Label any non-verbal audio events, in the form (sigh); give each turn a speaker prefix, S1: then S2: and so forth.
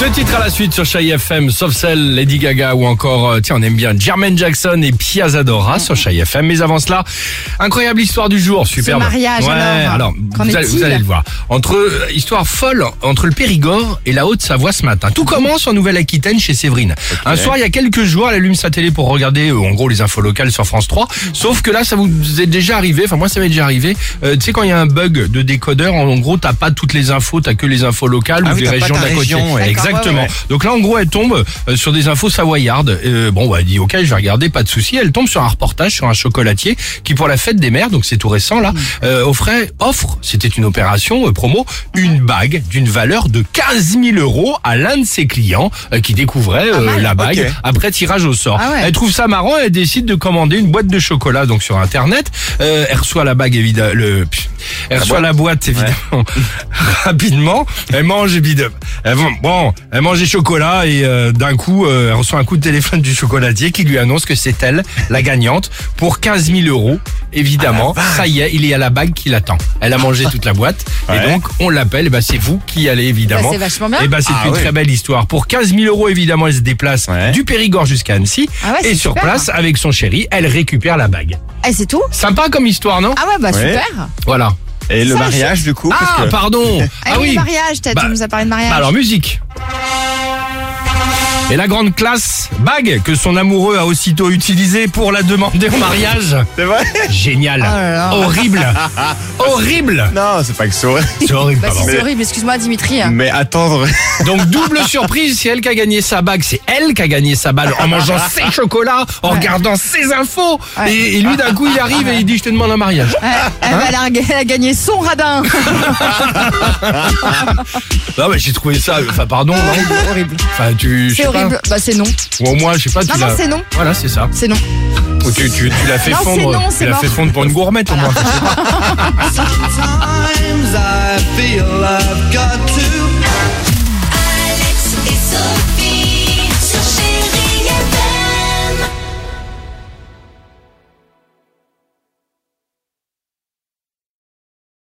S1: Deux titres à la suite sur Chai FM, sauf celle Lady Gaga ou encore, euh, tiens, on aime bien Jermaine Jackson et Pia Dora sur Chai FM. Mais avant cela, incroyable histoire du jour, super.
S2: mariage,
S1: ouais,
S2: alors. Qu'en
S1: vous, allez,
S2: est-il
S1: vous allez le voir. Entre euh, histoire folle entre le Périgord et la Haute-Savoie ce matin. Tout commence en Nouvelle-Aquitaine chez Séverine. Un soir, il y a quelques jours, elle allume sa télé pour regarder, euh, en gros, les infos locales sur France 3. Sauf que là, ça vous est déjà arrivé. Enfin, moi, ça m'est déjà arrivé. Euh, tu sais, quand il y a un bug de décodeur, en, en gros, t'as pas toutes les infos, t'as que les infos locales
S3: Ah
S1: ou
S3: oui,
S1: des
S3: t'as pas
S1: régions
S3: ta
S1: d'à côté.
S3: région, ouais.
S2: D'accord,
S1: Exactement.
S2: ouais, ouais.
S1: Donc là, en gros, elle tombe euh, sur des infos savoyardes. Euh, bon, bah, elle dit, ok, je vais regarder, pas de souci. Elle tombe sur un reportage sur un chocolatier qui, pour la fête des mères, donc c'est tout récent
S2: Mm.
S1: là, euh, offrait, offre, c'était une opération euh, promo, une bague d'une valeur de 15 000 euros à l'un de ses clients euh, qui découvrait euh, la bague
S3: ok.
S1: après tirage au sort.
S2: Ah ouais.
S1: Elle trouve ça marrant et elle décide de commander une boîte de chocolat donc sur internet. Euh, elle reçoit la bague évidemment, le, pff, elle reçoit la boîte évidemment (laughs) rapidement. Elle mange évidemment. Elle, va- bon, elle mange des chocolats et euh, d'un coup, euh, elle reçoit un coup de téléphone du chocolatier qui lui annonce que c'est elle la gagnante pour 15 000 euros. Évidemment,
S3: Ah
S1: ça y est, il est à la bague qui l'attend. Elle a mangé toute la boîte et donc on l'appelle. Et bah c'est vous qui y allez évidemment.
S2: Bah, c'est vachement bien.
S1: Et bah c'est
S3: Ah
S1: une
S3: ouais.
S1: très belle histoire. Pour 15 000 euros évidemment, elle se déplace
S3: Ouais.
S1: du Périgord jusqu'à Annecy
S2: Ah ouais,
S1: et
S2: c'est
S1: sur
S2: super.
S1: place avec son chéri, elle récupère la bague.
S2: Eh, c'est tout
S1: Sympa comme histoire, non
S2: Ah ouais, bah
S3: Ouais.
S2: super.
S1: Voilà.
S3: Et le
S2: Ça,
S3: mariage, du coup, parce
S1: Ah
S3: que-
S1: pardon.
S2: Ah, oui, le mariage, t'as
S1: Bah,
S2: tu nous as parlé de mariage.
S1: Bah alors musique. Et la grande classe bague que son amoureux a aussitôt utilisée pour la demander en
S2: (laughs)
S1: mariage.
S3: C'est vrai
S1: Génial.
S2: Ah là là. (laughs)
S1: Horrible. horrible.
S3: (laughs) Non, c'est pas que ça.
S1: C'est horrible.
S2: Bah,
S1: pardon.
S2: c'est
S3: Mais-
S2: horrible, excuse-moi Dimitri.
S1: Mm.
S3: Mais attendre.
S1: Donc double surprise, c'est elle qui a gagné sa bague, c'est elle qui a gagné sa balle en
S2: (laughs)
S1: mangeant ses chocolats, en regardant ses infos.
S2: Ouais.
S1: Et, et lui d'un coup il arrive et il dit je te demande un mariage.
S2: Ouais,
S1: Hein
S2: elle, elle a, (laughs) elle a gagné son radin.
S1: Non mais j'ai trouvé ça, enfin pardon. non
S2: horrible.
S1: Enfin tu, je sais
S2: C'est
S1: pas.
S2: horrible. Bah c'est non.
S1: Ou au moins je sais pas. Tu
S2: Non, non,
S1: l'as-
S2: c'est non.
S1: Voilà c'est ça.
S2: C'est non.
S1: Ou tu, tu, tu l'as fait
S2: Non, c'est
S1: fondre.
S2: non,
S1: tu
S2: c'est
S1: l'as fait
S2: mort.
S1: fondre pour une gourmette au moins.